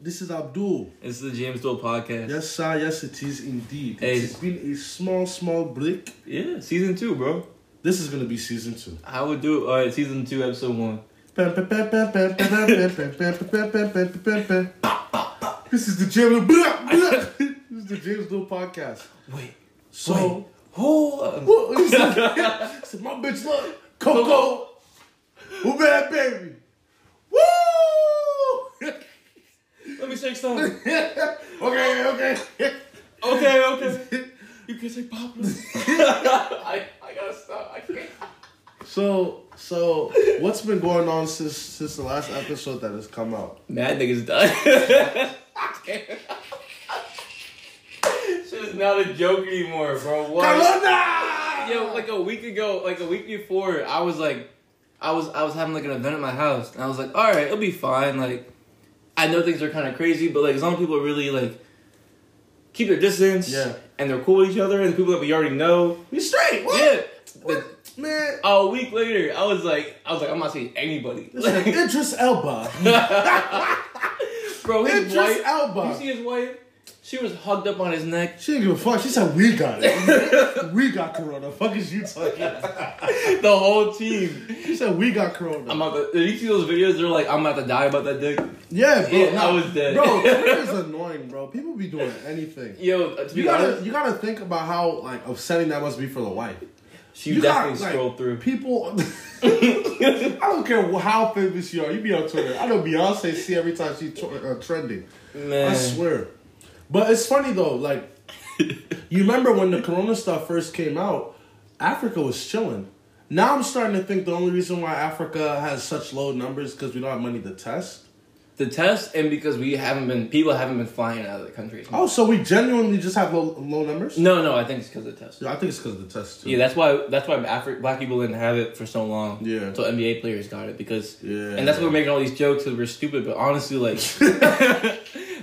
This is Abdul. It's the James Dole podcast. Yes, sir. Yes, it is indeed. Hey. It's been a small, small break. Yeah, season two, bro. This is gonna be season two. I would do all right. Season two, episode one. this is the James. this is the James Doe podcast. Wait, So, hold on. Whoa, he said- he said, my bitch love Coco. Who bad baby? Woo! Let me shake some. okay, okay. Okay, okay. You can say pop. I, I gotta stop. I can't. So, so what's been going on since since the last episode that has come out? Mad niggas done. Shit is not a joke anymore, bro. What? Corona! Yo, like a week ago, like a week before, I was like, I was I was having like an event at my house, and I was like, all right, it'll be fine. Like, I know things are kind of crazy, but like as long as people really like keep their distance, Yeah. and they're cool with each other, and the people that we already know, you straight? What? yeah. What? Man, A week later, I was like, I was like, I'm not seeing anybody, it's like Idris Elba. bro. His Idris wife, Elba. you see his wife, she was hugged up on his neck. She didn't give a fuck. She said we got it. we got Corona. Fuck is you talking? The whole team. She said we got Corona. I'm about to. Did you see those videos? They're like, I'm about to die about that dick. yeah, bro. Yeah, nah. I was dead. Bro, Corona's annoying, bro. People be doing anything. Yo, uh, to be You gotta, honest, you gotta think about how like upsetting that must be for the wife. she you definitely gotta, like, scrolled through. People, I don't care wh- how famous you are. You be on Twitter. I know Beyonce see every time she tw- uh, trending. Man, I swear. But it's funny though. Like you remember when the Corona stuff first came out, Africa was chilling. Now I'm starting to think the only reason why Africa has such low numbers because we don't have money to test. the test and because we haven't been, people haven't been flying out of the country. Oh, so we genuinely just have low, low numbers? No, no, I think it's because of the test. Yeah, I think it's because of the test too. Yeah, that's why that's why Afri- black people didn't have it for so long. Yeah. So NBA players got it because Yeah. and that's why we're making all these jokes that we're stupid, but honestly like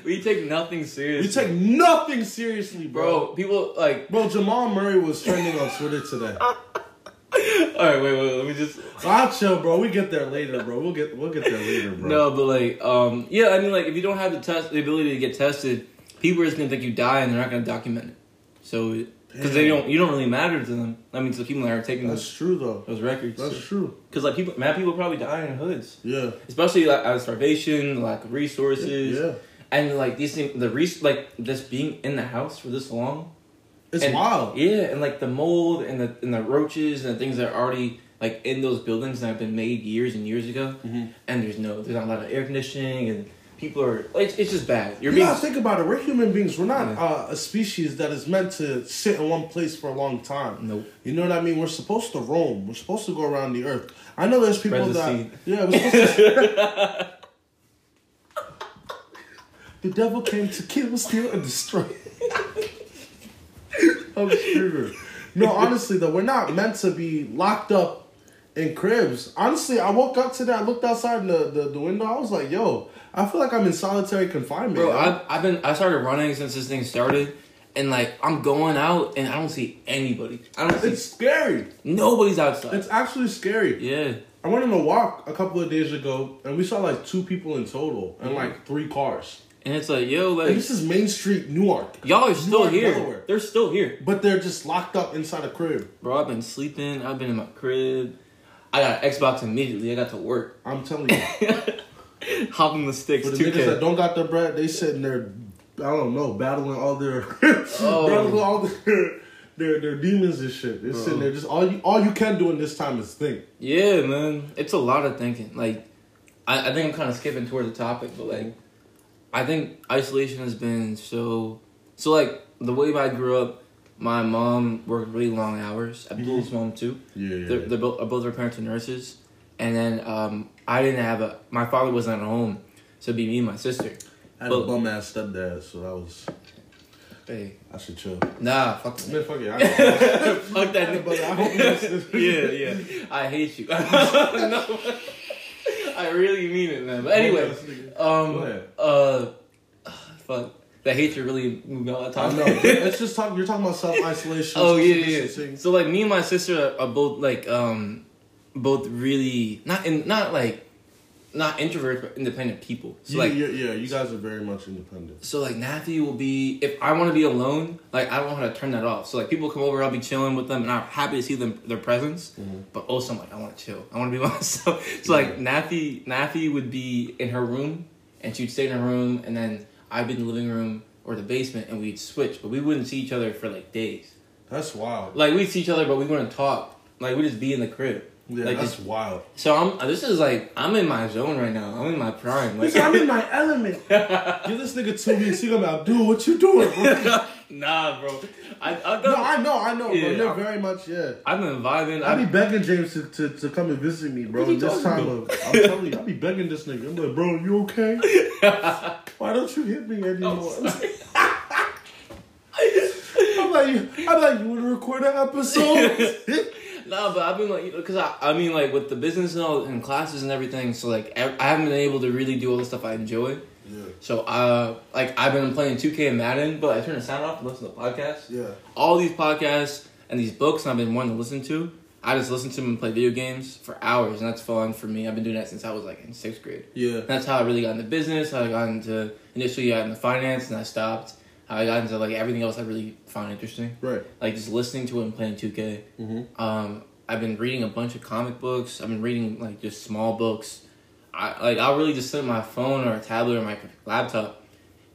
we take nothing You serious. take nothing seriously, bro. bro, people like Bro, Jamal Murray was trending on Twitter today. Alright, wait, wait, let me just I'll chill, bro. We get there later, bro. We'll get we'll get there later, bro. No, but like, um yeah, I mean like if you don't have the test the ability to get tested, people are just gonna think you die and they're not gonna document it. So because they Damn. don't you don't really matter to them. I mean to the people that are taking those That's true though. those records. That's true. Because like people mad people probably die in hoods. Yeah. Especially like out of starvation, lack of resources. Yeah. And like these things, the res like just being in the house for this long. It's and- wild. Yeah, and like the mold and the and the roaches and the things that are already like in those buildings that have been made years and years ago. Mhm. And there's no, there's not a lot of air conditioning, and people are like, it's, it's just bad. You're You being gotta think about it. We're human beings. We're not Yeah. uh, a species that is meant to sit in one place for a long time. nope. You know what I mean? We're supposed to roam. We're supposed to go around the earth. I know there's Spread people the that seed. yeah. We're supposed to... the devil came to kill, steal, and destroy. I'm sure. No, honestly though, we're not meant to be locked up in cribs. Honestly, I woke up today. I looked outside the, the, the window. I was like, "Yo, I feel like I'm in solitary confinement." Bro, yo. I've, I've been I started running since this thing started, and like I'm going out and I don't see anybody. I don't see It's scary. nobody's outside. It's actually scary. yeah, I went on a walk a couple of days ago, and we saw like two people in total, and like three cars. and it's like yo, And Mm-hmm. like this is Main Street, Newark, y'all are still Newark, here. Delaware. They're still here. but they're just locked up inside a crib. Bro, I've been sleeping. I've been in my crib. I got an Xbox immediately. I got to work. I'm telling you, Hopping the sticks, for the 2K. niggas that don't got their bread, they sitting there, I don't know, battling all their, Oh. battling all their, their their demons and shit. They're sitting there, just all you all you can do in this time is think. yeah, man. It's a lot of thinking. Like, I, I think I'm kind of skipping toward the topic, but like, I think isolation has been so. So, like, the way I grew up, my mom worked really long hours. Abdul's mom, too. Yeah, They're, they're both, both their parents are nurses. And then um, I didn't have a. My father wasn't at home, so it'd be me and my sister. I had a But- bum ass stepdad, so that was Hey. I should chill. Nah, fuck that. Man, fuck it. I, Fuck that nigga. but I hope you listen. yeah, yeah. I hate you. no, I really mean it, man. But anyway, Go um, ahead. uh, fuck. The hatred really moved me all the I time. know. It's just talking. You're talking about self isolation. oh yeah, yeah. yeah. So like, me and my sister are, are both like, um, both really not in not like not introverts but independent people. So You- like you- yeah, you guys are very much independent. so like Nathy will be if I want to be alone, like I don't know how to turn that off. So like people come over, I'll be chilling with them, and I'm happy to see them their presence. Mm-hmm. But also I'm like I want to chill. I want to be by myself. So like Nathy Nathy would be in her room, and she'd stay in her room, and then I'd be in the living room or the basement, and we'd switch, but we wouldn't see each other for like days. That's wild. Like we'd see each other, but we wouldn't talk. Like we'd just be in the crib. Yeah, like, that's just- wild. so I'm. This is like I'm in my zone right now. I'm in my prime. Like, Nigga, I'm in my element. Give this nigga two weeks. He gonna be like, dude, what you doing? Bro? nah, bro. I, I've No, done. I know, I know, Yeah, bro. You're I'm- very much, yeah. I've been vibing. I be I, begging James to, to, to come and visit me, bro. What are you This talking time of, I'm telling you, I be begging this nigga. I'm like, bro, you okay? Why don't you hit me anymore? Oh. I'm like, you- I'm like, you want to record an episode? nah, but I've been like, you know, because I, I mean, like with the business and all and classes and everything. So like, ev- I haven't been able to really do all the stuff I enjoy. yeah, So uh, like I've been playing 2K and Madden, but I turn the sound off and listen to podcasts. yeah. All these podcasts and these books I've been wanting to listen to. I just listen to them and play video games for hours, and that's fun for me. I've been doing that since I was like in sixth grade. Yeah, That's how I really got into business. How I got into initially got into finance, and I stopped. How I got into like everything else I really found interesting, right. like just listening to it and playing two K. Mm-hmm. Um, I've been reading a bunch of comic books. I've been reading like just small books. I like I'll really just sit on my phone or a tablet or my laptop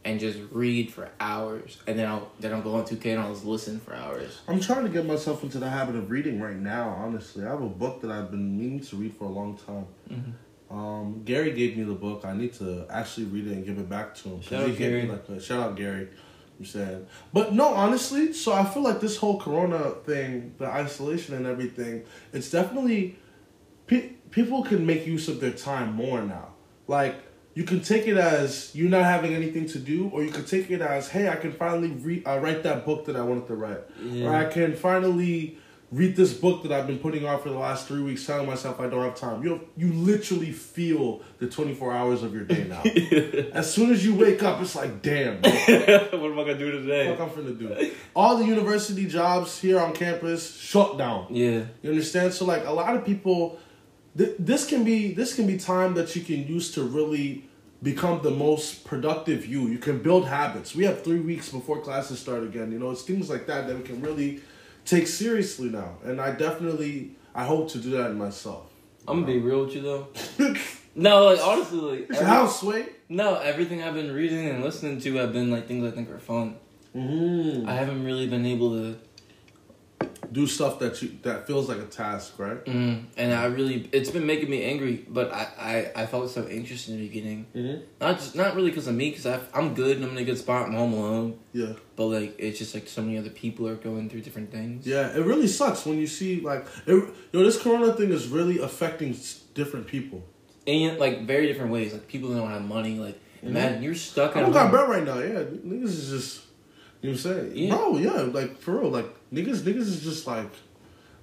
and just read for hours, and then I'll then I'll go on two K and I'll just listen for hours. I'm trying to get myself into the habit of reading right now. Honestly, I have a book that I've been meaning to read for a long time. Mm-hmm. Um, Gary gave me the book. I need to actually read it and give it back to him. 'cause Shout out he gave me Gary. like a- shout out Gary. I'm saying, but no, honestly. So I feel like this whole Corona thing, the isolation and everything, it's definitely pe- people can make use of their time more now. Like you can take it as you not having anything to do, or you can take it as hey, I can finally re- uh, write that book that I wanted to write, or I can finally read this book that I've been putting off for the last three weeks, telling myself I don't have time. You you literally feel the twenty four hours of your day now. as soon as you wake up, it's like damn. bro what am I gonna do today? fuck I'm finna do. All the university jobs here on campus shut down. Yeah, You understand? So like a lot of people, th- this can be this can be time that you can use to really become the most productive you. You can build habits. We have three weeks before classes start again. You know, it's things like that that we can really take seriously now. And I definitely I hope to do that in myself. I'm gonna be real with you though. It's No, like honestly, like your every- house, wait. no, everything I've been reading and listening to have been like things I think are fun. Mm-hmm. I haven't really been able to Do stuff that you that feels like a task, right? Mm, and I really, it's been making me angry. But I, I, I felt so anxious in the beginning. Mm-hmm. Not just, not really because of me, because I'm good and I'm in a good spot. I'm home alone. Yeah. But like, it's just like so many other people are going through different things. Yeah, it really sucks when you see like it, yo. This Corona thing is really affecting s- different people. And like very different ways. Like people that don't have money. Like imagine you're stuck I at don't got home. bread right now. Yeah, niggas is just you know what I'm saying, Yeah. bro. Yeah, like for real, like niggas, niggas is just like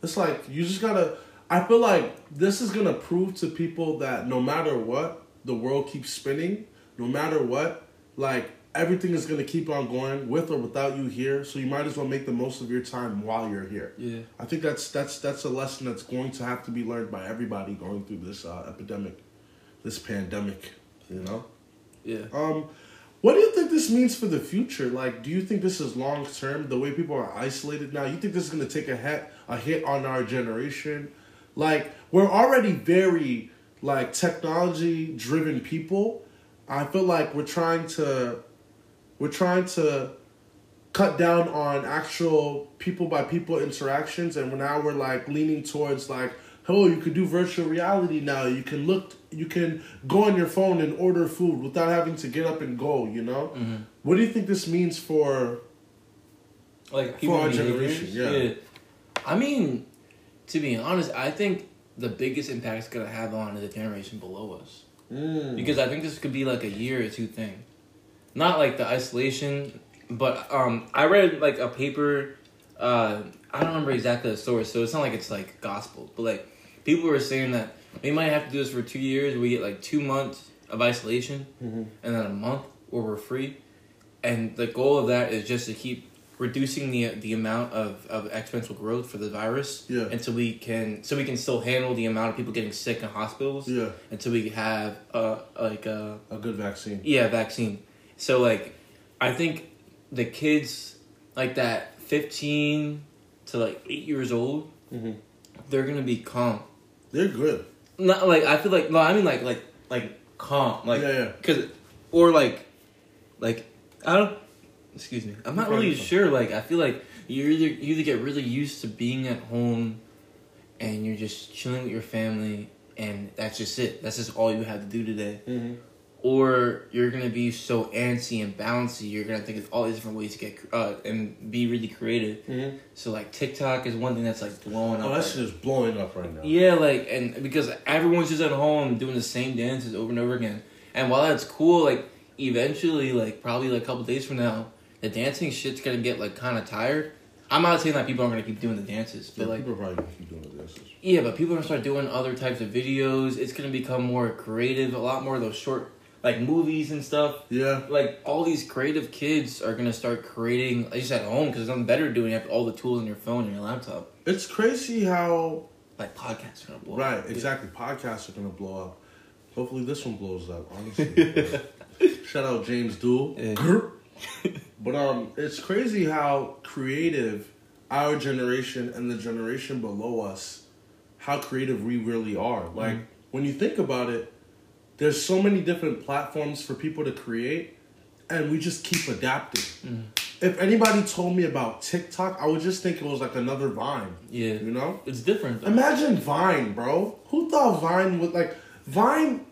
it's like you just gotta. I feel like this is gonna prove to people that no matter what, the world keeps spinning. No matter what, like everything is gonna keep on going with or without you here. So you might as well make the most of your time while you're here. yeah, I think that's that's that's a lesson that's going to have to be learned by everybody going through this uh, epidemic, this pandemic. You know, yeah. um, what do you think this means for the future? Like, do you think this is long term? The way people are isolated now, you think this is going to take a hit a hit on our generation? Like, we're already very like technology driven people. I feel like we're trying to we're trying to cut down on actual people by people interactions and now we're like leaning towards like oh you could do virtual reality now you can look you can go on your phone and order food without having to get up and go you know Mm. Mm-hmm. what do you think this means for Like people our behaviors. generation, yeah. I mean, to be honest, I think the biggest impact it's gonna have on the generation below us. because I think this could be like a year or two thing, not like the isolation. But um, I read like a paper. Uh, I don't remember exactly the source, so it's not like it's like gospel. But like people were saying that we might have to do this for two years. We get like two months of isolation, Mhm. and then a month where we're free. And the goal of that is just to keep reducing the the amount of, of exponential growth for the virus Yeah. until we can so we can still handle the amount of people getting sick in hospitals Yeah. until we have uh like uh A good vaccine. yeah vaccine so like i think the kids like that 15 to like 8 years old Mhm. they're gonna be calm They're good. not like i feel like no i mean like like like calm like Yeah, yeah. because or like like i don't excuse me i'm not Fine, really fine. sure like i feel like you either you either get really used to being at home and you're just chilling with your family and that's just it that's just all you have to do today Mm-hmm. or you're gonna be so antsy and bouncy you're gonna think of all these different ways to get cr- uh, and be really creative Mm-hmm. so like tiktok is one thing that's like blowing up Oh, that right shit is blowing up right now. yeah, like and because everyone's just at home doing the same dances over and over again. And while that's cool, like eventually, like probably like a couple days from now, the dancing shit's gonna get like kind of tired. I'm not saying that people aren't gonna keep doing the dances, Yeah, but like people probably gonna keep doing the dances. yeah, but people are gonna start doing other types of videos. It's gonna become more creative. A lot more of those short like movies and stuff. Yeah, Like all these creative kids are gonna start creating just at home because there's nothing better to do when you have all the tools on your phone and your laptop. it's crazy how Like podcasts are gonna blow. up. right exactly podcasts are gonna blow up. Hopefully, this one blows up. Honestly, shout out James Duell. Yeah. Grr. but um, it's crazy how creative our generation and the generation below us, how creative we really are. Mm-hmm. Like when you think about it, there's so many different platforms for people to create, and we just keep adapting. Mm-hmm. If anybody told me about TikTok, I would just think it was like another Vine. Yeah. You know? It's different. though. Imagine Vine, bro. Who thought Vine would like Vine?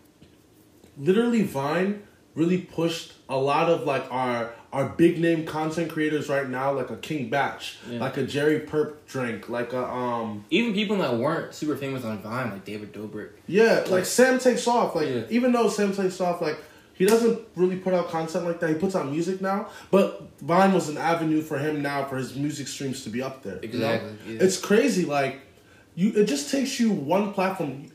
Literally, Vine really pushed a lot of like our our big name content creators right now, like a King Batch, Yeah. like a Jerry Perp drink, like a um Even people that weren't super famous on Vine, like David Dobrik. yeah, like Sam takes off. Like Yeah. even though Sam takes off, like he doesn't really put out content like that. He puts out music now, but Vine was an avenue for him now for his music streams to be up there. you know? Exactly, yeah. It's crazy. Like you, it just takes you one platform.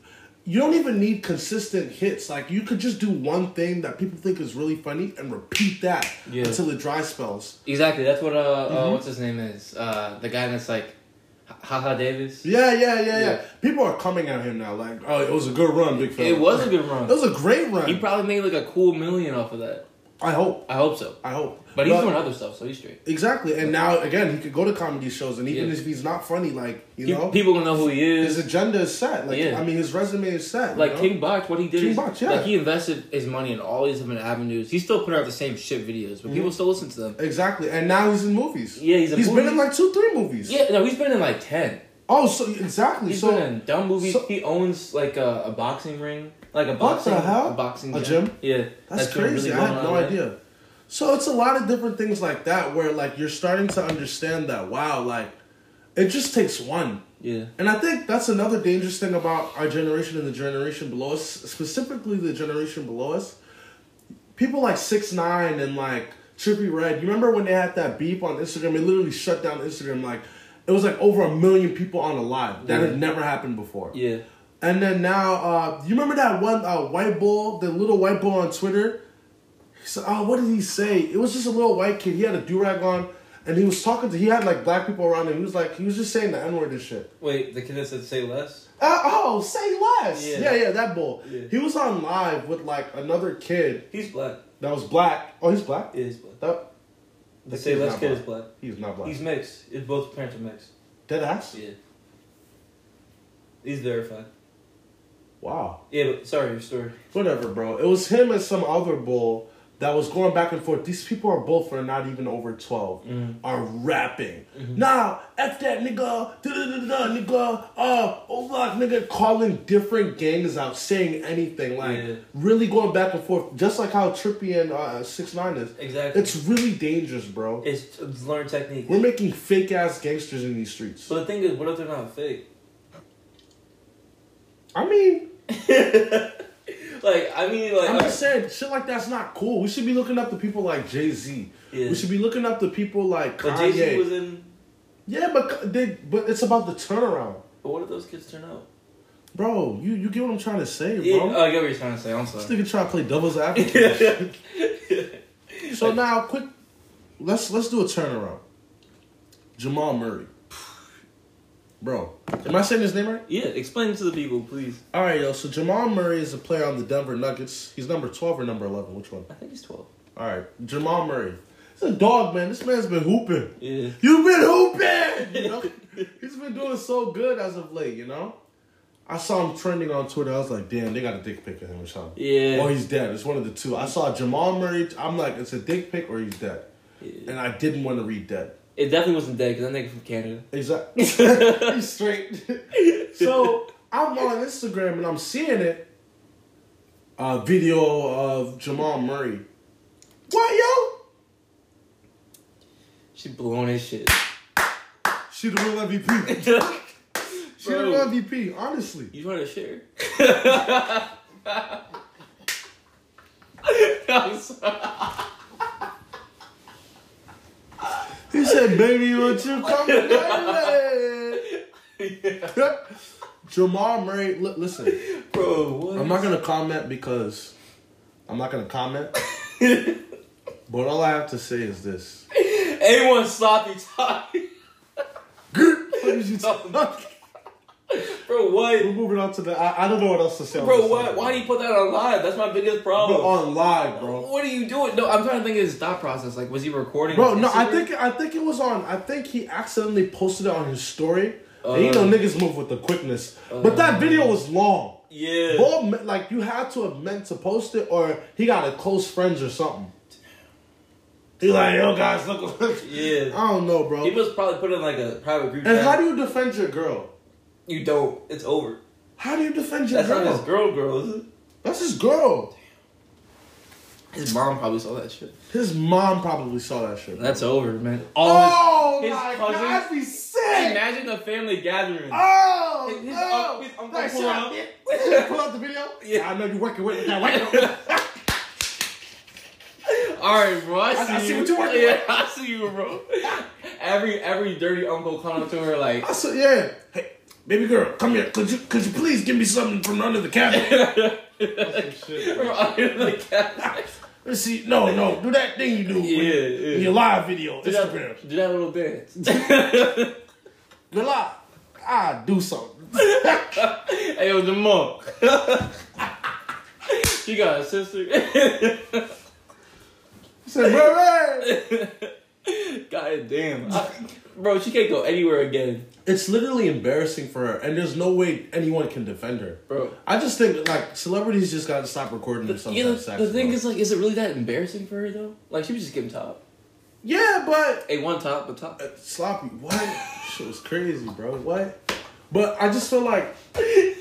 You don't even need consistent hits. Like you could just do one thing that people think is really funny and repeat that Yeah. until it dry spells. Exactly. That's what uh, Mm-hmm. uh what's his name is uh the guy that's like, haha Davis. Yeah, yeah, yeah, yeah, Yeah. People are coming at him now. Like, oh, it was a good run, big fella. It was a good It run. was a great run. He probably made like a cool million off of that. I hope. I hope so. I hope. But he's doing other stuff, so he's straight. Exactly, and now again he could go to comedy shows, and even Yeah. if he's not funny, like you He- know, people gonna know who he his is. agenda is set. Like Yeah. I mean, his resume is set. you Like know? King Box, what he did King is Box, yeah. like he invested his money in all these different avenues. He still put out the same shit videos, but Mm-hmm. people still listen to them. exactly, and now he's in movies. Yeah, he's in he's been movies. in like two, three movies. Yeah, no, he's been in like ten. Oh, so exactly. He's so been in dumb movies. so- he owns like a, a boxing ring, like a What the boxing, hell? a boxing A gym? Yeah, That's, been crazy. I going had on, no right? idea. So it's a lot of different things like that where like you're starting to understand that wow, like it just takes one. Yeah, And I think that's another dangerous thing about our generation and the generation below us, specifically the generation below us. People like Six Nine and like Trippy Red. You remember when they had that beep on Instagram? It literally shut down Instagram. Like it was like over a million people on a live. That had never happened before. yeah. And then now, uh, you remember that one uh, white bull, the little white bull on Twitter? He said, "Oh, what did he say? It was just a little white kid. He had a do rag on, and he was talking to. He had like black people around him. He was like, he was just saying the n word and shit. Wait, the kid that said say less? Uh, oh, say less. Yeah, Yeah. yeah, that bull. Yeah. He was on live with like another kid He's black. that was black. Oh, he's black. It is black. That The say say less less kid kid is is black. he's not black. He's mixed. His both parents are mixed. Dead ass. Yeah. He's verified. Wow. Yeah, but sorry, your story. Whatever, bro. It was him and some other bull that was going back and forth. These people are both are not even over twelve. Mm-hmm. Are rapping. Nah, F that nigga, da da da da nigga, uh, oh fuck nigga, calling different gangs out, saying anything, like Yeah. really going back and forth, just like how Trippy and uh, Six Nine is. Exactly. It's really dangerous, bro. It's, it's learned technique. We're making fake ass gangsters in these streets. But the thing is, what if they're not fake? I mean, Like, I mean, like, uh, I'm just saying, shit like that's not cool. We should be looking up to people like Jay Z. Yeah. We should be looking up to people like but Kanye. Jay Z was in. yeah, but they, but it's about the turnaround, But what if those kids turn out? bro. You you get what I'm trying to say, bro? Yeah, uh, Oh, I get what you're trying to say. I'm This sorry. nigga trying to play devil's advocate. so now, quick, let's let's do a turnaround. Jamal Murray. Bro, am I saying his name right? Yeah, explain to the people, please. All right, yo. So Jamal Murray is a player on the Denver Nuggets. He's number twelve or number eleven. Which one? I think he's twelve. All right, Jamal Murray. He's a dog, man. This man's been hooping. Yeah. You've been hooping. You know? He's been doing so good as of late. You know. I saw him trending on Twitter. I was like, damn, they got a dick pic of him or something. Yeah. Or he's dead. It's one of the two. I saw Jamal Murray. I'm like, it's a dick pic or he's dead. Yeah. And I didn't want to read dead. It definitely wasn't dead because that nigga from Canada. Exactly. He's straight. so I'm on Instagram and I'm seeing it. A video of Jamal Murray. What She blowing his shit. yo? She the real MVP. She the Bro. real MVP. Honestly, You trying to share? I'm sorry. he said, "Baby, won't you come to my way?" Jamal Murray. Li- listen, Bro, what? I'm not gonna comment because I'm not gonna comment. but all I have to say is this. A1 sloppy toppy. What did you talking about? Bro, what? We're moving on to the. I, I don't know what else to say. on Bro, this why, subject. why do you put that on live? That's my biggest Bro, problem. on live, bro? What are you doing? No, I'm trying to think of his thought process. Like, was he recording? Bro, his no, I Instagram? think I think it was on. I think he accidentally posted it on his story. and you know, niggas move with the quickness. but that video was long. Yeah. Ball me- like you had to have meant to post it, or he got a close friends or something. He like, yo guys, look. I Yeah. don't know, bro. He was probably put in like a private group And chat. how do you defend your girl? you don't. It's over. How do you defend your That's girl? not his girl, girl, is it? That's his girl. his mom probably saw that shit. His mom probably saw that shit. That's over, man. All oh his my cousin- god, that'd be sick. imagine a family gathering. Oh, His- his no. un- his uncle Like, pulled shut up. bitch. Pull out the video. Yeah, I know you're working with it now. Right All right, bro. I see, I see you. what you're working Yeah, I see you, bro. every every dirty uncle coming to her like, I said, yeah. Hey, baby girl, come here. Could you could you please give me something from under the cabinet? from under the cat. Let's see. No, no, do that thing you do. Yeah, with- in yeah. Your live video, Do Instagram. that, do that little dance. Good live. I do something. hey, yo, Jamal. she got a sister. I said, bro, man. God damn. I- bro, she can't go anywhere again. It's literally embarrassing for her, and there's no way anyone can defend her. Bro. I just think like celebrities just gotta stop recording themselves. Yeah, the, having sex, the thing bro. is, like, is it really that embarrassing for her though? Like, she was just giving top. yeah, but Hey, one top, but top. sloppy. What? Shit was crazy, bro. What? But I just feel like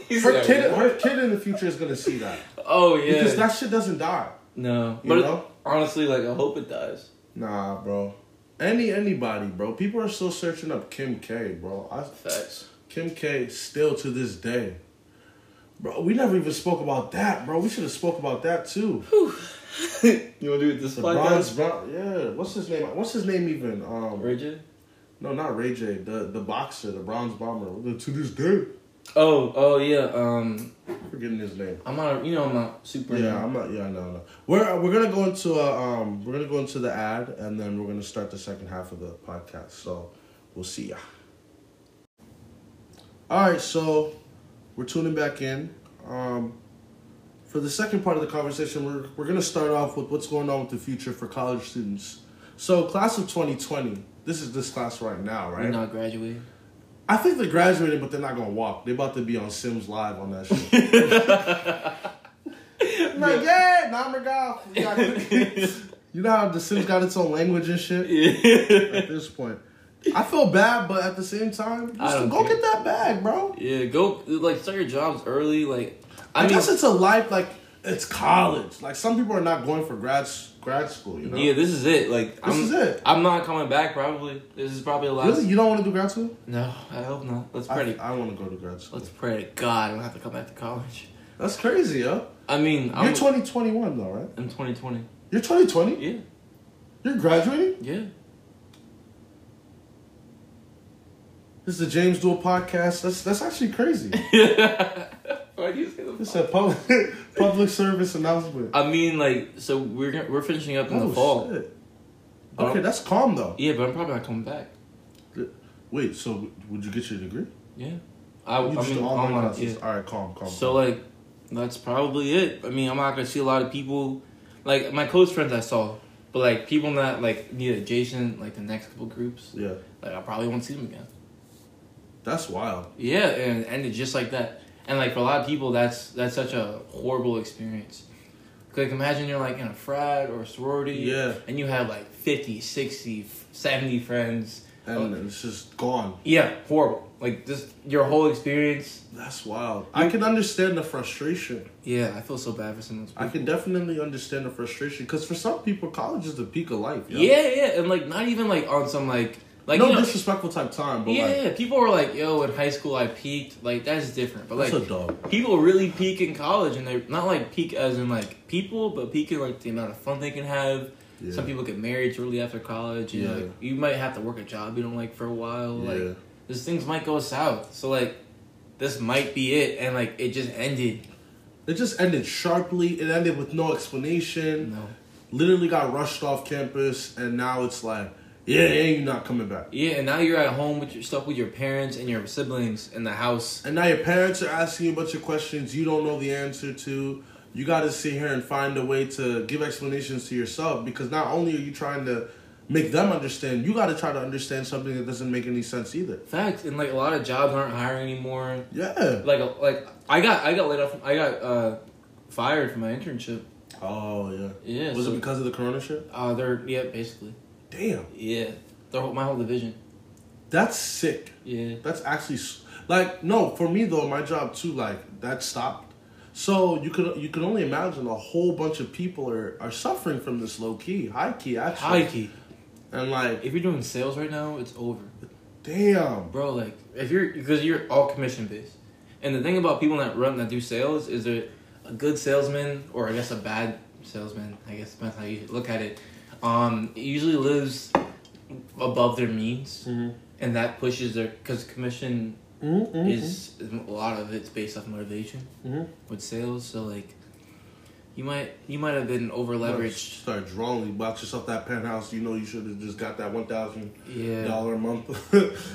He's her like, kid, "What?" her kid in the future is gonna see that Oh yeah. because that shit doesn't die. no, You but it- know? honestly, like, I hope it dies. Nah, bro. Any anybody, bro. People are still searching up Kim K, bro. I, Facts. Kim K still to this day. Bro, we never even spoke about that, bro. We should have spoke about that too. you wanna do it this The podcast? Bronze, Bron- yeah. What's his name? What's his name even? Um, Bridget? no, not Ray J. The the boxer, the Bronze Bomber. To this day, Oh, oh yeah. Um, forgetting his name. I'm not. You know, I'm not super. Yeah, I'm not. Yeah, no, no. We're we're gonna go into a um, we're gonna go into the ad, and then we're gonna start the second half of the podcast. So we'll see ya. All right, so we're tuning back in. Um, for the second part of the conversation, we're we're gonna start off with what's going on with the future for college students. So class of 2020. This is this class right now, You're right? not graduating. I think they're graduating, but they're not gonna walk. They're about to be on Sims Live on that shit. I'm like, yeah, number golf. We got- you know how The Sims got its own language and shit yeah. at this point. I feel bad, but at the same time, I just don't go care. get that bag, bro. Yeah. Go like start your jobs early. Like, I, I, mean, guess it's a life like it's college. Like some people are not going for grad s- grad school. You know, yeah. This is it. Like, this I'm, is it. I'm not coming back. Probably. This is probably the last. Really, you don't want to do grad school? No, I hope not. Let's I, pray. to, I want to go to grad school. let's pray to God. I don't have to come back to college. That's crazy, yo. I mean, I'm, You're 2021 though, right? I'm 2020. You're 2020. Yeah. You're graduating. Yeah. This is the James Dual podcast. That's that's actually crazy. Why do you say the This is a public public service announcement. I mean, like, so we're gonna, we're finishing up in Oh, the fall. Um, shit. Okay, that's calm though. Yeah, but I'm probably not coming back. Wait, so would you get your degree? Yeah. I, You I just mean, online online, yeah. classes. All right, calm, calm. So calm. like, that's probably it. I mean, I'm not gonna see a lot of people, like my close friends I saw, but like people that like need adjacent, like the next couple groups, yeah, like I probably won't see them again. that's wild. Yeah, and and it's just like that, and like for a lot of people, that's that's such a horrible experience. 'Cause, Like imagine you're like in a frat or a sorority, Yeah, and you have like 50, 60, 70 friends. Uh, and it's just gone. Yeah, horrible. Like this, your whole experience. That's wild. I can understand the frustration. Yeah, I feel so bad for some of those people. I can definitely understand the frustration because for some people, college is the peak of life. yo. Yeah, yeah, and like not even like on some like like no you know, disrespectful type time, but yeah, like yeah, people were like, "Yo, in high school I peaked." Like that's different, but like that's a dog. people really peak in college, and they're not like peak as in like people, but peak in like the amount of fun they can have. Yeah. Some people get married shortly after college, and Yeah. like you might have to work a job you don't like for a while. yeah. Like these things might go south, so like this might be it, and like it just ended. It just ended sharply. It ended with no explanation. No, Literally got rushed off campus, and now it's like, yeah, yeah, you're not coming back. yeah, and now you're at home with your stuff with your parents and your siblings in the house. And now your parents are asking you a bunch of questions you don't know the answer to. You got to sit here and find a way to give explanations to yourself because not only are you trying to make them understand, you got to try to understand something that doesn't make any sense either. Fact, and like a lot of jobs aren't hiring anymore. Yeah. Like like I got I got laid off. I got uh, fired from my internship. Oh yeah. Yeah. Was so, it because of the corona shit? uh, they're yeah basically Damn, yeah. Their whole, my whole division. that's sick. Yeah. That's actually s- like no for me though. My job too. Like that stopped. So you could you can only imagine a whole bunch of people are, are suffering from this low key, high key actually, Hikey. and like If you're doing sales right now, it's over, damn, bro. Like if you're because you're all commission based, and the thing about people that run that do sales is they're a good salesman or I guess a bad salesman. I guess depends how you look at it. Um, usually lives above their means, and that pushes their because commission Mm-hmm, Mm-mm. is is a lot of it's based off motivation Mhm. with sales. So like, you might you might have been over leveraged. Start drawing. You bought yourself that penthouse. You know you should have just got that one thousand Yeah, dollar a month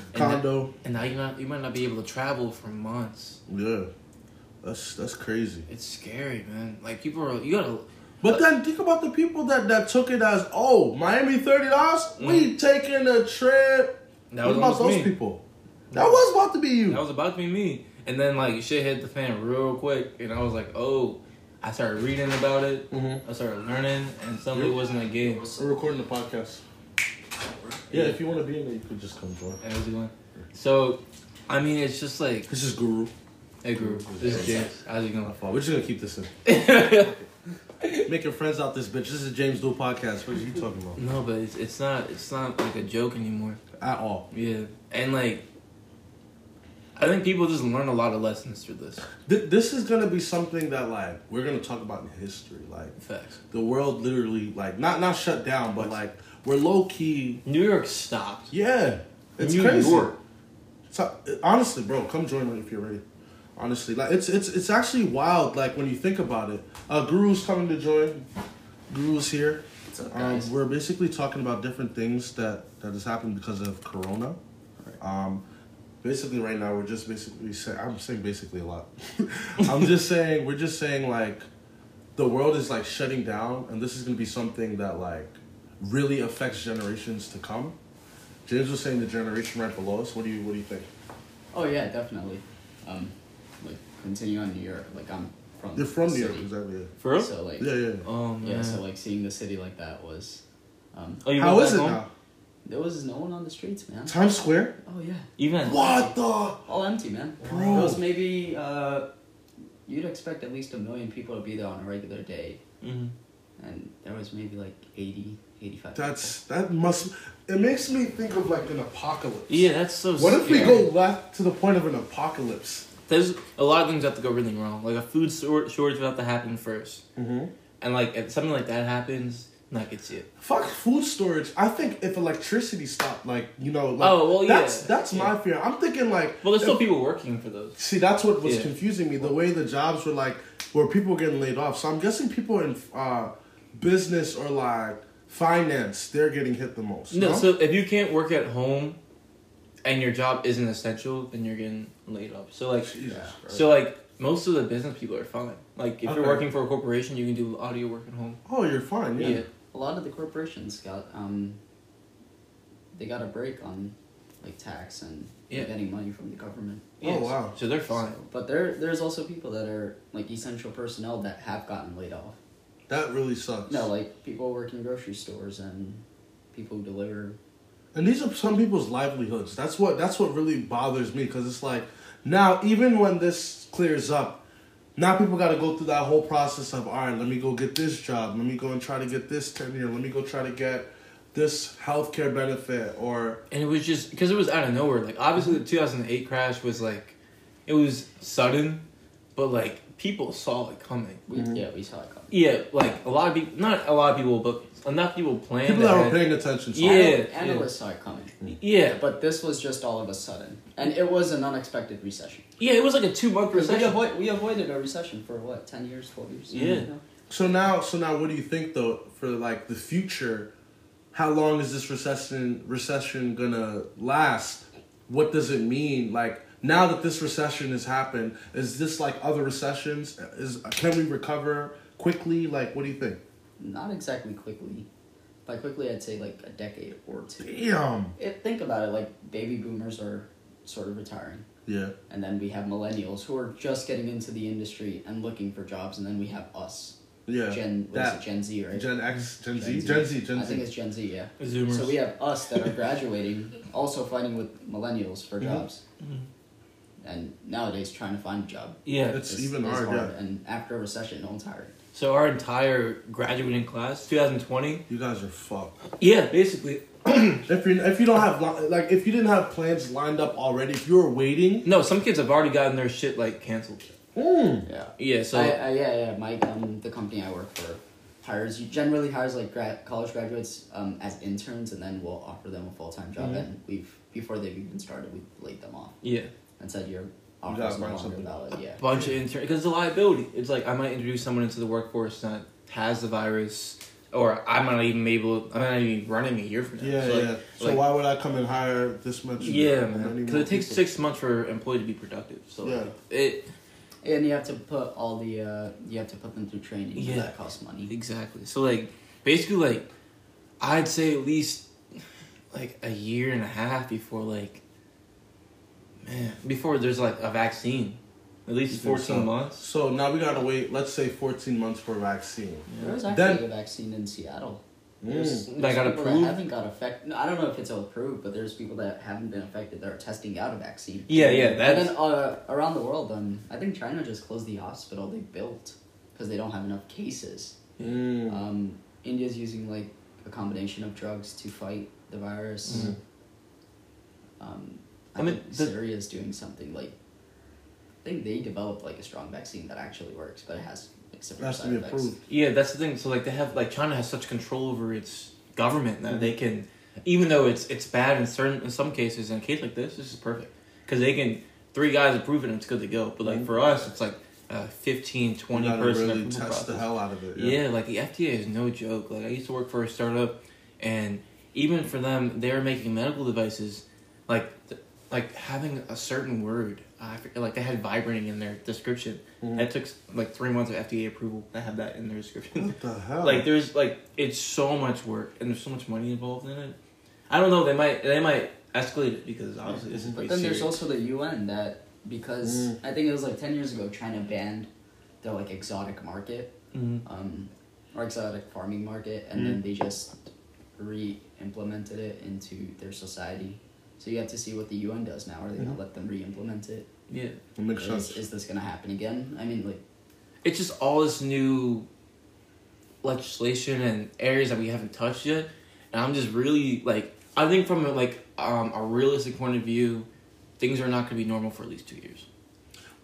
condo. and now you not you might not be able to travel for months. yeah, that's that's crazy. It's scary, man. Like people are you gotta But then think about the people that that took it as oh Miami thirty dollars. We taking a trip. that was what about almost those me. people? That was about to be you. That was about to be me, and then like shit hit the fan real quick, and I was like, oh. I started reading about it. Mhm. I started learning, and suddenly it Yep. wasn't a game. It was, We're recording the podcast. Yeah, if you want to be in there, you could just come join. it was going. So, I mean, it's just like, This is Guru. hey, group, this is James. How's it going? My fault. We're just gonna keep this in. Making friends out this bitch. This is James Dual Podcast. What are you talking about? No, but it's, it's not it's not like a joke anymore. At all. Yeah, and like, I think people just learn a lot of lessons through this. Th- this is gonna be something that like we're gonna talk about in history. Like Facts. the world literally like not not shut down, but like we're low key. New York stopped. Yeah, it's New crazy. York. So, honestly, bro, come join me if you're ready. Honestly, like it's it's it's actually wild. Like when you think about it, uh, Guru's coming to join. Guru's here. What's up, guys? Um, we're basically talking about different things that that has happened because of Corona. Um, basically, right now we're just basically saying I'm saying basically a lot. I'm just saying we're just saying like the world is like shutting down, and this is gonna be something that like really affects generations to come. James was saying the generation right below us. What do you what do you think? Oh yeah, definitely. Um, like continue on New York. Like I'm from. You're from the New York, city. exactly. yeah. For real? So like Yeah, yeah, yeah. oh man. so like seeing the city like that was, um, oh, you yeah. How went is it back home? now? there was no one on the streets, man. Times Square? Oh yeah, Even What the? all empty, man. Bro. There was maybe uh, you'd expect at least a million people to be there on a regular day, Mhm. and there was maybe like 80, 85. That's that must. It makes me think of like an apocalypse. Yeah, that's so. What if we scary. go left to the point of an apocalypse? There's a lot of things have to go really wrong. Like a food sor- shortage would have to happen first, Mm-hmm. and like if something like that happens, not gets you. Fuck food storage. I think if electricity stopped, like you know, like Oh, well, yeah. that's that's my fear. I'm thinking like, Well, there's still if- people working for those. see, that's what was Yeah. confusing me. The way the jobs were like, where people were getting laid off. So I'm guessing people in uh, business or like finance, they're getting hit the most. No, so if you can't work at home, and your job isn't essential, then you're getting laid off. So like, Jesus Yeah. Christ. so like most of the business people are fine. Like if Okay. you're working for a corporation, you can do audio work at home. oh, you're fine. Yeah. Yeah. A lot of the corporations got um, they got a break on like tax and Yeah. getting money from the government. Yeah, Oh wow. So they're fine. So- but there, there's also people that are like essential personnel that have gotten laid off. That really sucks. No, like people work in grocery stores and people who deliver. And these are some people's livelihoods. That's what that's what really bothers me because it's like now even when this clears up, now people got to go through that whole process of all right, let me go get this job, let me go and try to get this tenure, let me go try to get this healthcare benefit or And it was just because it was out of nowhere. Like obviously the 2008 crash was like, it was sudden, but like people saw it coming. We, Yeah, we saw it coming. Yeah, like a lot of people, not a lot of people, but enough people planned. people that were ahead. paying attention. Yeah, Anal- yeah. Mm-hmm. analysts saw it coming. yeah, But this was just all of a sudden, and it was an unexpected recession. yeah. It was like a two month Because we, recession. avoid, we avoided a recession for what, 10 years, 12 years? Yeah. You know? So now, so now, what do you think though for like the future? How long is this recession recession gonna last? What does it mean? Like now that this recession has happened, is this like other recessions? Is can we recover quickly? Like, what do you think? Not exactly quickly. By quickly, I'd say like a decade or two. Damn. It, think about it like baby boomers are sort of retiring. Yeah. And then we have millennials who are just getting into the industry and looking for jobs. And then we have us, Yeah. Gen, what is That- it, Gen Z, right? Gen X, Gen, Z, Gen Z, Gen I think Z. it's Gen Z, yeah. Zoomers. So we have us that are graduating, also fighting with millennials for Mhm. jobs, and nowadays trying to find a job. yeah. It's even hard, yeah. And after a recession, no one's hired. So our entire graduating class, 2020. You guys are fucked. Yeah, basically. If you if you don't have li- like if you didn't have plans lined up already, if you were waiting, No, some kids have already gotten their shit like canceled. mm, Yeah. Yeah. So I, I, yeah, yeah. My um, the company I work for hires generally hires like gra- college graduates um, as interns, and then we'll offer them a full time job. Mm-hmm. And we've before they've even started, we've laid them off yeah, and said your gotta offer's no find longer something. valid. Yeah. bunch of intern because the liability. It's like I might introduce someone into the workforce that has the virus, or I might not even be able. I'm not even running a year from now. yeah, So, like- yeah. So like- why would I come and hire this much? Yeah, many man. Because more it takes people? six months for an employee to be productive. So like, it And you have to put all the uh, you have to put them through training. and Yeah. That costs money. exactly. So like basically like I'd say at least like a year and a half before like man before there's like a vaccine. At least You think fourteen so? months. So now we gotta wait, let's say 14 months for a vaccine. There was Then- actually a vaccine in Seattle. There's, Mm. there's That got people approved? That haven't got affected. I don't know if it's approved, but there's people that haven't been affected that are testing out a vaccine. Yeah, yeah, and that's- then uh, around the world, um, I think China just closed the hospital they built because they don't have enough cases. Mm. Um, India's using like a combination of drugs to fight the virus. Mhm. Um, I, Hmm. I mean, think the- Syria is doing something like. I think they developed like a strong vaccine that actually works, but it has like severe Has to side be effects. approved. Yeah, that's the thing. So like they have like China has such control over its government Mm-hmm. that they can, even though it's it's bad in certain in some cases. In a case like this, this is perfect because they can three guys approve it and it's good to go. But like for us, it's like a 15, You 20 gotta person Mm-hmm. really approval test process. the hell out of it. Yeah, like the FDA is no joke. Like I used to work for a startup, and even for them, they were making medical devices, like th- like having a certain word. I forget, like they had vibrating in their description. Mm-hmm. Mhm. That took like three months of FDA approval to have that in their description. What the Oh. hell? like there's like it's so much work and there's so much money involved in it. I don't know. They might they might escalate it because obviously this is But pretty then serious. there's also the UN that because Mm. I think it was like ten years ago China banned the like exotic market, Mhm. um, or exotic farming market, and Mm. then they just re-implemented it into their society. So you have to see what the UN does now. Are they gonna let them re-implement it? Yeah. It Mm-hmm. makes Is, sense. is this gonna happen again? I mean, like it's just all this new legislation and areas that we haven't touched yet and i'm just really like i think from like um, a realistic point of view things are not going to be normal for at least two years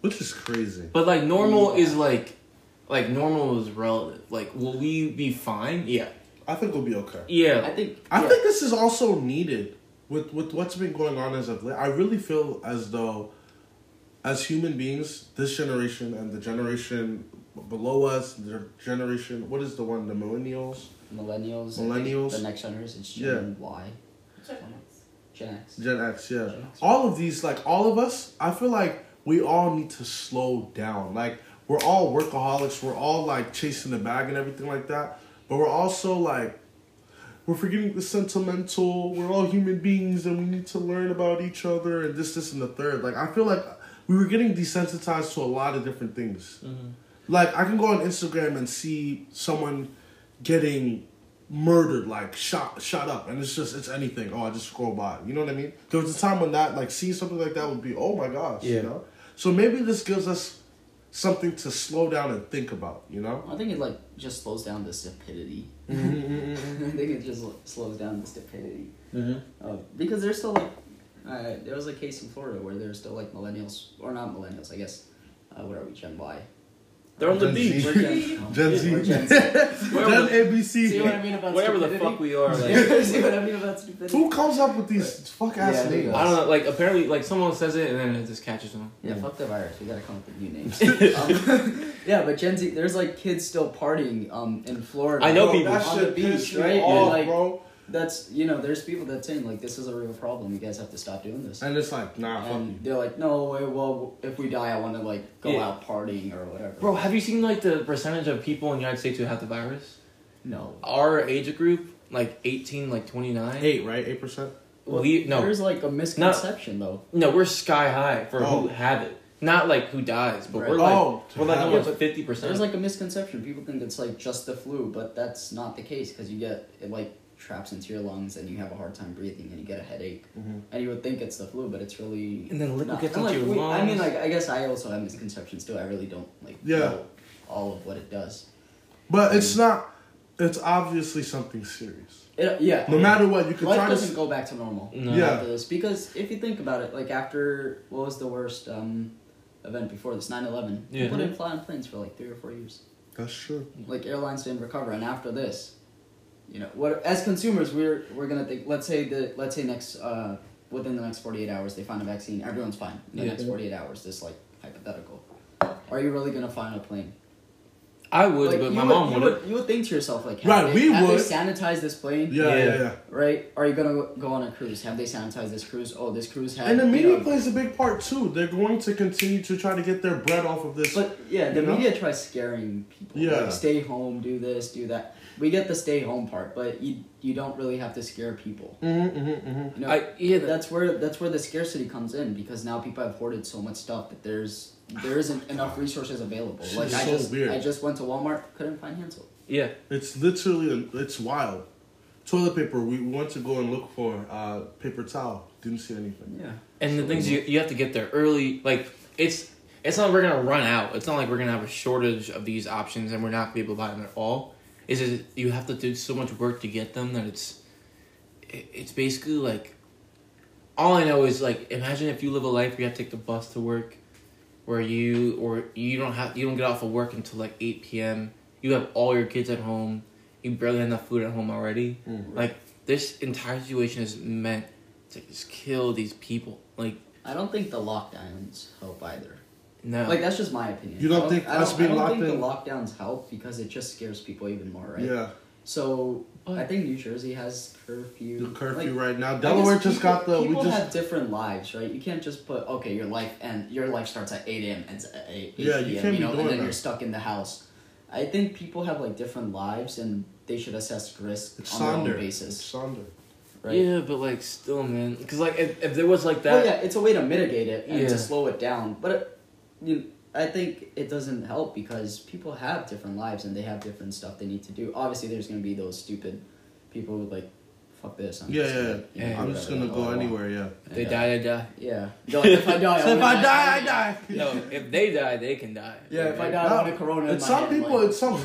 Which is crazy. but like normal is like like normal is relative like will we be fine yeah I think we'll be okay. I yeah think I yeah, think this is also needed with with what's been going on as of late. I really feel as though, as human beings, this generation and the generation b- below us, the generation, what is the one, the millennials? millennials, I think Millennials. the next generation is Yeah. Gen Y, Check my notes. Gen X. Gen X, yeah. Gen X. All of these, like all of us, I feel like we all need to slow down. Like we're all workaholics. We're all like chasing the bag and everything like that. But we're also like we're forgetting the sentimental. We're all human beings, and we need to learn about each other and this, this, and the third. Like I feel like we were getting desensitized to a lot of different Mm. things. Like I can go on Instagram and see someone getting murdered, like shot, shot up, and it's just it's anything. Oh, I just scroll by. You know what I mean? There was a time when that, like, seeing something like that would be, oh my gosh, Yeah. you know. So maybe this gives us something to slow down and think about. You know. I think it like just slows down the stupidity. Mm-hmm, I think it just like, slows down the stupidity. Mm-hmm. Uh, because there's still like, uh, there was a case in Florida where there's still like millennials or not millennials, I guess. Uh, what are we, Gen Y? They're on the Gen beach. Z. We're Gen, no, Gen Z. We're Gen Z. Gen See what ABC. I mean about Whatever the stupidity? fuck we are, like, See what I mean about stupidity? Who comes up with these fuck ass Yeah, names? I don't know. Like apparently, like someone says it and then it just catches on. Yeah, fuck the virus. We gotta come up with new names. um, yeah, but Gen Z, there's like kids still partying um in Florida. I know Bro, people. that On shit the beach, pissed me right? off, Like- bro. That's you know, there's people that saying like this is a real problem. You guys have to stop doing this. And it's like, nah, fuck you. And they're like, no, wait, well, if we die, I want to like go Yeah. out partying or whatever. Bro, have you seen like the percentage of people in the United States who have the virus? no. Our age group, like eighteen, like twenty nine. Eight, right? Eight percent. we no, There's like a misconception though. no, we're sky high for Oh. who have it. Not like who dies, but Right. we're like Oh, we're like to have almost fifty percent. There's like a misconception. People think it's like just the flu, but that's not the case because you get it like traps into your lungs and you have a hard time breathing and you get a headache. Mhm. And you would think it's the flu, but it's really And then liquid not. gets And, into like, your we- I mean, lungs. like I guess I also have misconceptions too. I really don't like Yeah. know all of what it does. But it's not. It's obviously something serious. It, yeah. No matter what, you can Life try to. doesn't go back to normal. No. Yeah. After this, because if you think about it, like after what was the worst um, event before this 9-11? Yeah. Mm-hmm. people didn't fly on planes for like three or four years. That's true. like airlines didn't recover and after this you know what as consumers we're we're gonna think let's say the let's say next uh within the next 48 hours they find a vaccine everyone's fine in the Yeah. next 48 hours this like hypothetical are you really gonna find a plane I would, Like, but you my would, mom you wouldn't. would, you would think to yourself like have Right, they, we have would. they sanitized this plane Yeah, yeah, Yeah. yeah. right are you gonna go- go on a cruise have they sanitized this cruise oh this cruise had And the you media know, plays a big part too. They're going to continue to try to get their bread off of this. But yeah, the You know? media tries scaring people. Yeah. Like, stay home, do this, do that. We get the stay home part, but you you don't really have to scare people. Mhm, mhm, mhm. You know, I- yeah, that- that's where that's where the scarcity comes in because now people have hoarded so much stuff that there's there isn't enough resources available. Shit Like is I so just weird. I just went to Walmart, couldn't find hand soap. Yeah, It's literally it's wild. Toilet paper. We went to go and look for uh, paper towel. Didn't see anything. Yeah. and the things you you have to get there early. Like it's it's not like we're gonna run out. It's not like we're gonna have a shortage of these options, and we're not gonna be able to buy them at all. Is it you have to do so much work to get them that it's it, it's basically like all I know is like imagine if you live a life where you have to take the bus to work, where you or you don't have you don't get off of work until like eight p.m. You have all your kids at home. You barely have enough food at home already. Mm. Mm. Like this entire situation is meant to just kill these people. Like I don't think the lockdowns help either. no, Like that's just my opinion. You don't I think I don't, us being I don't locked think in- the lockdowns help because it just scares people even more, right? Yeah, So But- I think New Jersey has curfew. the curfew like, right now. I Delaware guess just people- got the. We People just have different lives, right? You can't just put okay, your life and your life starts at eight a.m. ends at eight. 8 Yeah, you p.m., can't be know, doing and then that. you're stuck in the house. I think people have like different lives, and they should assess risk it's on their Sonder. own It's basis, Sonder. right? yeah, but like still, man, because like if, if there was like that, Well, yeah, it's a way to mitigate it and Yeah. to slow it down, but it, you, I think it doesn't help because people have different lives and they have different stuff they need to do. Obviously, there's gonna be those stupid people who like, fuck this. I'm Yeah, just yeah. gonna, you know, Yeah, do I'm just whatever gonna the go hell I want." anywhere. Yeah. if they Yeah. die, they die. Yeah. No, if I die, I So if wanna- I die, I die. No, if they die, they can die. Yeah, if I Like, die, I want a corona. in It's my some hand, people. like- It's some.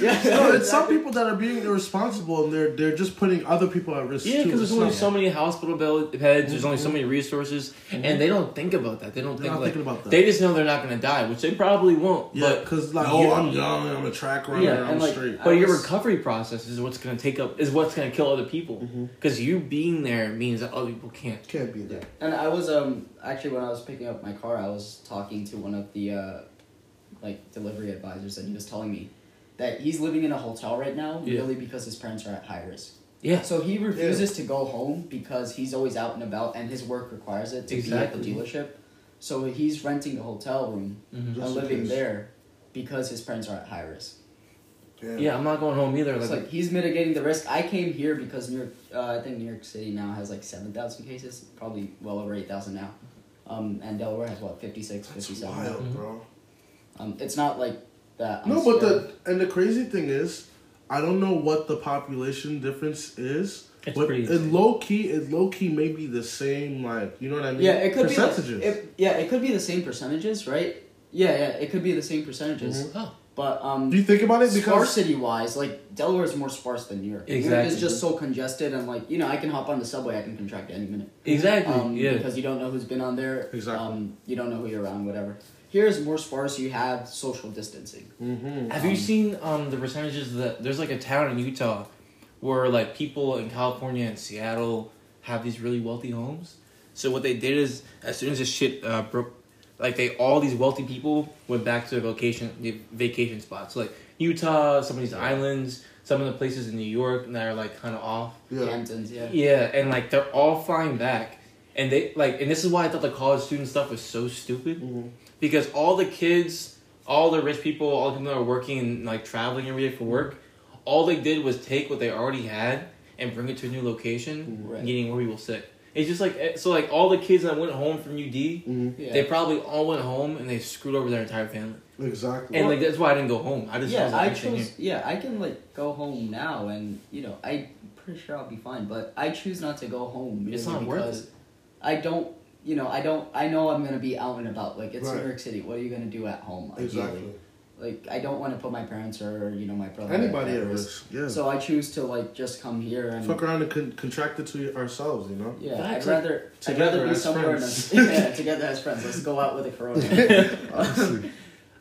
yeah, No, it's some people that are being irresponsible and they're they're just putting other people at risk. Yeah, too. because there's It's only not- so many hospital bed- beds. There's only so many resources, and they don't think about that. They don't They're think not like thinking about that. they just know they're not gonna die, which they probably won't. Yeah, but because like, you- oh, I'm young, I'm a track runner, Yeah, I'm and, like, straight. But I your was- recovery process is what's gonna take up is what's gonna kill other people. Because you being there means that other people can't. Can't be Yeah. that. And I was um actually when I was picking up my car, I was talking to one of the uh, like delivery advisors, and he was telling me that he's living in a hotel right now Yeah. really because his parents are at high risk. Yeah. So he refuses to go home because he's always out and about, and his work requires it to be Exactly. at the dealership. So he's renting a hotel room Mhm. Mm-hmm. Just and in living case. there because his parents are at high risk. Damn. Yeah, I'm not going home either. It's Like, like he's mitigating the risk. I came here because New York, uh, I think New York City now has like seven thousand cases, probably well over eight thousand now. Um, and Delaware has what 56, That's 57 now. wild, Mhm. bro. Um, it's not like that. I'm No, but scared. the and the crazy thing is, I don't know what the population difference is. It's but pretty it low key, it low key may be the same. Like you know what I mean? yeah, it could percentages. be like, it, yeah, it could be the same percentages, right? Yeah, yeah, it could be the same percentages. oh, But um, Mm-hmm. Do you think about it? Because sparsity wise, like Delaware is more sparse than New York. New York is Exactly. just so congested, and like you know, I can hop on the subway, I can contract any minute. exactly. um, yeah. because you don't know who's been on there. Exactly. Um, you don't know who you're around, whatever. Here is more sparse. You have social distancing. Mhm. Have you seen um the percentages that there's like a town in Utah where like people in California and Seattle have these really wealthy homes? So what they did is as soon as this shit uh, broke, like they all these wealthy people went back to their vacation the vacation spots. So, like Utah, some of these islands, some of the places in New York that are like kind of off. yeah, Hamptons, yeah. Yeah, and like they're all flying back, and they like, and this is why I thought the college student stuff was so stupid, Mhm. because all the kids, all the rich people, all the people that are working and like traveling every day for work, all they did was take what they already had and bring it to a new location, Right. getting more people sick. It's just like eh, so, like all the kids that went home from UD, Mhm. Yeah. they probably all went home and they screwed over their entire family, exactly. and like that's why I didn't go home. I just yeah, was like, I I'm staying chose. here. Yeah, I can like go home now, and you know, I'm pretty sure I'll be fine. But I choose not to go home. It's merely not worth because I don't. You know, I don't. I know I'm gonna be out and about. Like it's Right. New York City. What are you gonna do at home? ideally? exactly. Like I don't want to put my parents or you know my brother. Anybody at at risk. risk. Yeah. So I choose to like just come here and Fuck around and con- contract it to ourselves. You know. Yeah, That's I'd like rather I'd together rather be as somewhere in friends. a, yeah, together as friends. Let's go out with a corona. Honestly.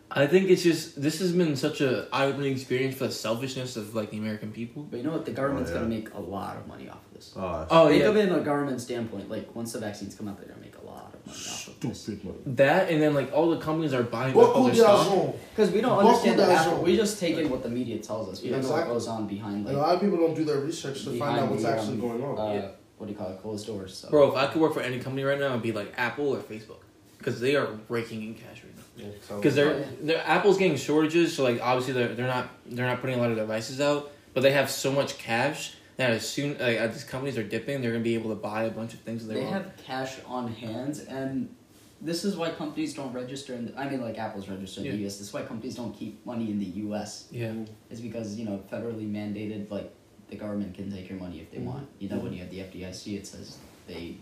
I think it's just this has been such a eye opening experience for the selfishness of like the American people. but you know what? The government's Oh, yeah. gonna make a lot of money off of this. Ah, Oh Think yeah, of it in a government standpoint. Like once the vaccines come out, they're gonna make a lot of money off of this. stupid money. that and then like all the companies are buying back all Boku their stock. Yazoo. Because we don't Buckle understand the down, after. son. We just take in what the media tells us. We don't know Exactly. what goes on behind A like lot of people don't do their research to find behind out what's the, actually um, going on. Uh, Yeah. What do you call it? Closed doors. So. Bro, if I could work for any company right now, it'd be like Apple or Facebook because they are raking in cash right now. Yeah, tell Because me. Oh, they're, they're Apple's getting shortages, so like obviously they're they're not they're not putting a lot of devices out, but they have so much cash that as soon like, as these companies are dipping, they're gonna be able to buy a bunch of things that they, they want. have cash on hands and. This is why companies don't register in. The, I mean, like Apple's registered in the Yeah. U.S. This is why companies don't keep money in the U.S. yeah, Mm. is because you know federally mandated like the government can take your money if they want. You know when you have the FDIC, it says they,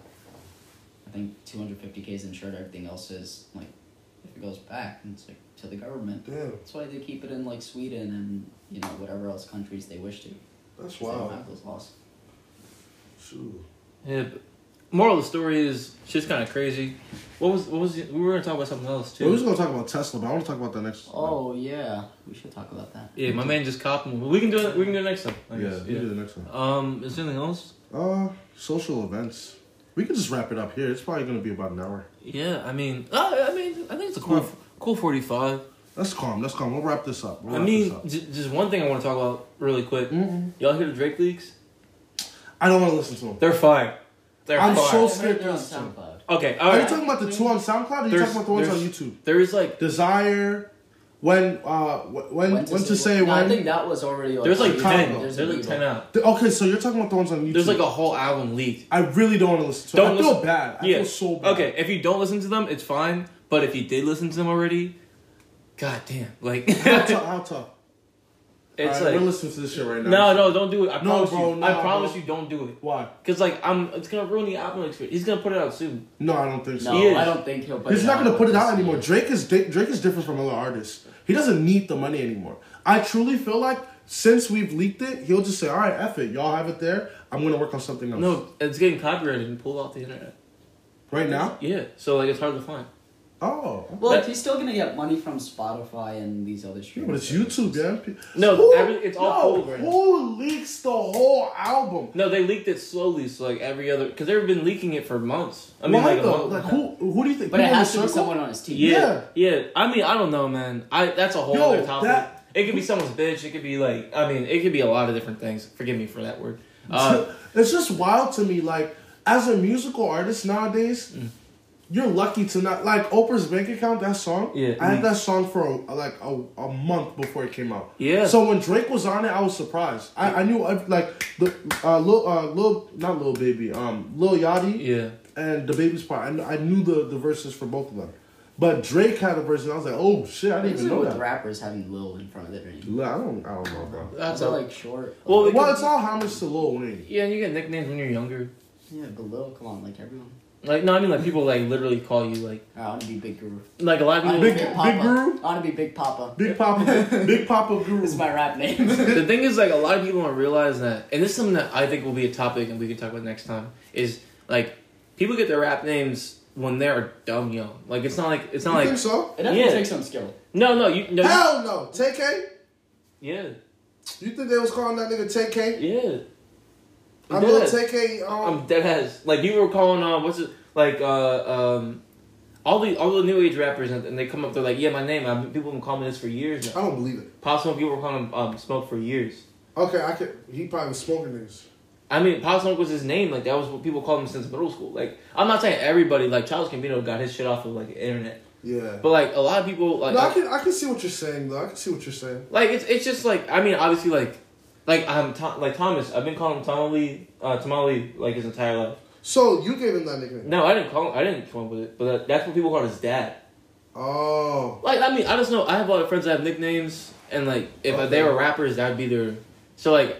I think two hundred fifty k is insured. Everything else is like if it goes back, and it's like to the government. Damn, That's why they keep it in like Sweden and you know whatever else countries they wish to. 'cause that's They don't wild. have those laws. Shoot. yeah. But moral of the story is shit's kind of crazy. What was what was the- we were gonna talk about something else We was too? gonna talk about Tesla, but I want to talk about that next. Oh yeah, we should talk about that. Yeah, my man just copped one. But we can do it. We can do it next time. I yeah, guess. we do the next one. Um, is there anything else? Uh, social events. We can just wrap it up here. It's probably gonna be about an hour. Yeah, I mean, uh, I mean, I think it's a cool, cool forty-five. That's calm. That's calm. We'll wrap this up. We'll I wrap this mean, up. j- just one thing I want to talk about really quick. Mm-mm. Y'all hear the Drake leaks? I don't want to listen to them. They're fire. They're I'm fire. so- I heard they're on SoundCloud. okay. All Are you right. talking about the two on SoundCloud? Or are you There's- talking about the ones on there's- YouTube? there is like Desire. When uh wh- when when to, say no, I when? think that was already like there's like a- ten. Congo. There's, a like ten Bieber. out. The- okay, so you're talking about the ones on YouTube. There's like a whole album leaked. I really don't want to listen to. Don't Don't I feel listen- bad. I Yeah. feel so bad. Okay, if you don't listen to them, it's fine. But if you did listen to them already, god damn, like How it's tough? How tough? Alright, like we're listening to this shit right now. no, no, don't do it. I No, promise bro, you. no, I promise bro. you, don't do it. Why? Cause like I'm, it's gonna ruin the album experience. He's gonna put it out soon. No, I don't think so. No, He is. I don't think he'll. Put He's it not out going to put it this out year. anymore. Drake is di- Drake is different from other artists. He doesn't need the money anymore. I truly feel like since we've leaked it, he'll just say, "All right, F it, y'all have it there. I'm going to work on something else." No, it's getting copyrighted and pulled off the internet. right now. Yeah, so like it's hard to find. Oh, Well, That- he's still gonna get money from Spotify and these other yeah, streaming. but it's services. YouTube, yeah. P- No, every- it's all yo, programmed. who leaks the whole album? No, they leaked it slowly, so like every other because they've been leaking it for months. I mean, Why like, uh, a though? month. Like who? Who do you think? But it People in has the to be circle? someone on his team. Yeah, yeah, I mean, I don't know, man. I that's a whole Yo, other topic. that- It could be someone's bitch. It could be like, I mean, it could be a lot of different things. Forgive me for that word. Uh, it's just wild to me. Like as a musical artist nowadays, Mm. you're lucky to not like Oprah's bank account. That song, Yeah. I had that song for a, like a, a month before it came out. Yeah. So when Drake was on it, I was surprised. I, I knew uh, like the uh, little uh, little not little baby um little Yachty yeah. and the baby's part. I, kn- I knew the, the verses for both of them, but Drake had a verse, and I was like, oh shit, I didn't It's even like know with that. rappers having Lil in front of their name. Li- I don't I don't know, bro. That's They're, all. like short. Well, like- Well, it's all homage to Lil Wayne. Yeah, and you get nicknames when you're younger. yeah, but Lil, come on, like everyone. Like, no, I mean, like, people, like, literally call you, like, I want to be Big Guru. like, a lot I of wanna Big- be people. Big Papa. Guru? I want to be Big Papa. Big Papa, Big Papa Guru. This is my rap name. the thing is, like, a lot of people don't realize that, and this is something that I think will be a topic and we can talk about next time, is, like, people get their rap names when they're dumb young. Like, it's not like, it's not you like, think so? It definitely Yeah. takes some skill. no, no, you, no, you- Hell no, TK. yeah, You think they was calling that nigga TK? yeah. I'm Yeah. little TK. Um, I'm dead ass. Like you were calling on what's it like uh um all the all the new age rappers and, and they come up they're like yeah my name I've, people have been calling me this for years now. I don't believe it. Pop Smoke people were calling him um, Smoke for years. Okay, I could. He probably was smoking niggas. I mean Pop Smoke was his name like that was what people called him since middle school. Like I'm not saying everybody like Charles Gambino got his shit off of like the internet, Yeah. but like a lot of people like no, I can. I can see what you're saying though. I can see what you're saying. like it's it's just like I mean obviously like like I'm Tom, like Thomas I've been calling him Tamale uh, Tamale like his entire life. So you gave him that nickname. No, I didn't call him, I didn't come up with it, but that, that's what people called his dad. Oh. Like I mean, I just know I have a lot of friends that have nicknames, and like if Okay. they were rappers, that would be their. So like,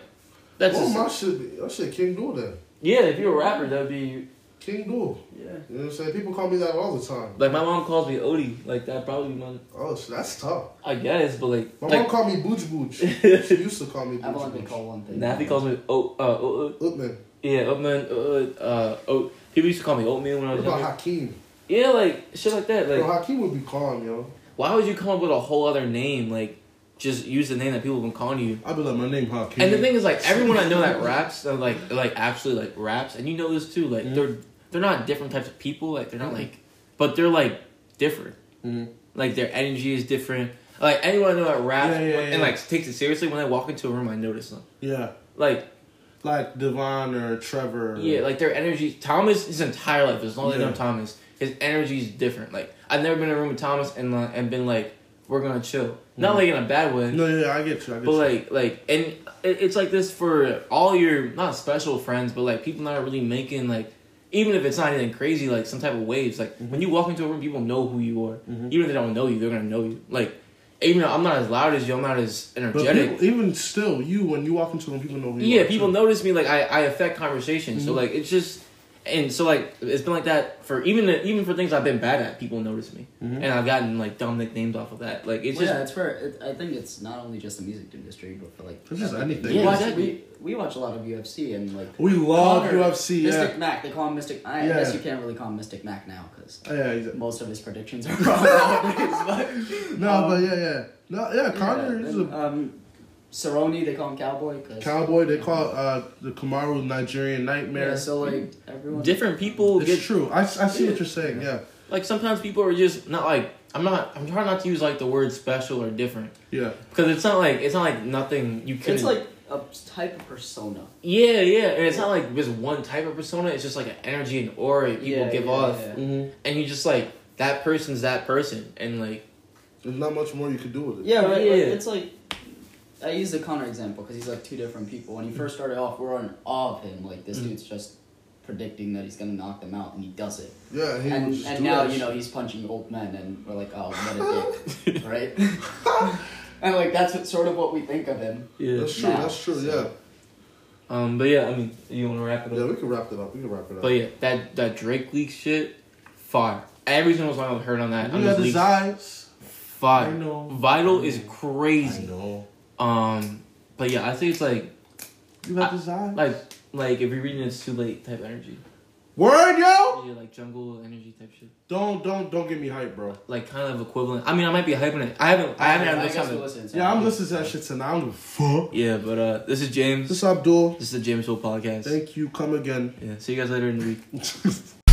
that's Well, just, my shit. Be, that shit King Duel then. yeah. If you were a rapper, that'd be King Duel. yeah. You know what I'm saying? People call me that all the time. Like my mom calls me Odie. Like that probably be my. Oh, shit, that's tough. I guess, but like My like mom called me Booch Booch. she used to call me Booch I've only Booch. been called one thing. Nappy calls me O. Uh, o, o Ootman. yeah, Oatman. Uh, uh, o, people used to call me Oatmeal when I What was about younger. Hakeem? Yeah, like shit like that. Bro, Like Hakeem would be calling, yo. why would you come up with a whole other name? Like just use the name that people have been calling you. I'd be like, my name Hakeem. And the thing is, like everyone I know that raps, they're like like actually like raps, and you know this too. Mm-hmm. Like they're they're not different types of people. Like they're not like, but they're like different. Mhm. Like their energy is different. Like anyone I know that raps Yeah, yeah, yeah. and like takes it seriously when I walk into a room, I notice them. Yeah. Like Like Devon or Trevor. yeah, like their energy. Thomas, his entire life, as long as I know Yeah. Thomas, his energy is different. Like I've never been in a room with Thomas and like, and been like, we're gonna chill. Not like in a bad way. Mm. No, yeah, I get you. I get But you. like, like, and it, it's like this for all your not special friends, but like people that are really making like, even if it's not anything crazy, like some type of waves. Like when you walk into a room, people know who you are. Mm-hmm. Even if they don't know you, they're gonna know you. Like, even though I'm not as loud as you, I'm not as But energetic. people, even still, you when you walk into them, people know who you yeah, are, people too. notice me. Like I, I affect conversation. Mm-hmm. So like it's just, and so like it's been like that for even even for things I've been bad at. People notice me, and I've gotten like dumb nicknames off of that. Like it's Mm-hmm. Well, yeah, just it's for. It, I think it's not only just the music industry, but for like. It's just anything. We Yeah, watch, exactly. we, we watch a lot of UFC and like. We love Connor, UFC. Mystic Yeah, Mac. They call him Mystic. I Yeah. guess you can't really call him Mystic Mac now because Oh, yeah. He's, most of his predictions are wrong. nowadays, no, Um, but yeah, yeah. No, yeah. but, Connor yeah, is then, a um, Cerrone. They call him Cowboy because. cowboy. They call uh, the Kamaru Nigerian nightmare. Yeah, so like everyone. different people it's get true. I, I see what you're saying. Yeah, like sometimes people are just not like I'm not I'm trying not to use like the word special or different yeah. because it's not like it's not like nothing you can It's like a type of persona. yeah yeah and it's not like just one type of persona it's just like an energy and aura people Yeah, give yeah, off yeah. Mm-hmm. and you just like that person's that person and like There's not much more you could do with it. Yeah, but Yeah. Like, it's like I use the Connor example because he's like two different people. Mm. When he first started off, we are in awe of him. Like this dude's just predicting that he's gonna knock them out, and he does it. Yeah, he would And just and do now that you know shit. he's punching old men, and we're like, oh, what a dick, right? and like that's what, sort of what we think of him. yeah That's true. now, that's true. so- um but yeah I mean you want to wrap it Yeah, up yeah. We can wrap it up. We can wrap it up. but yeah that that Drake leak shit fire every single song I've heard on that on you those got leaks, his eyes. I fire know. vital is I crazy know. um but yeah I think it's like You got I- his eyes. Like, like if you're reading it's too late type energy. Word, yo. Yeah, like jungle energy type shit. Don't don't don't get me hype, bro. Like kind of equivalent. I mean, I might be hyping it. I haven't. I haven't had I much guess time. we'll to- listen to Yeah, him. I'm listening to that shit tonight. I don't give a fuck. Yeah, but uh, this is James. This is Abdul. This is the James Hill podcast. Thank you. Come again. Yeah. See you guys later in the week.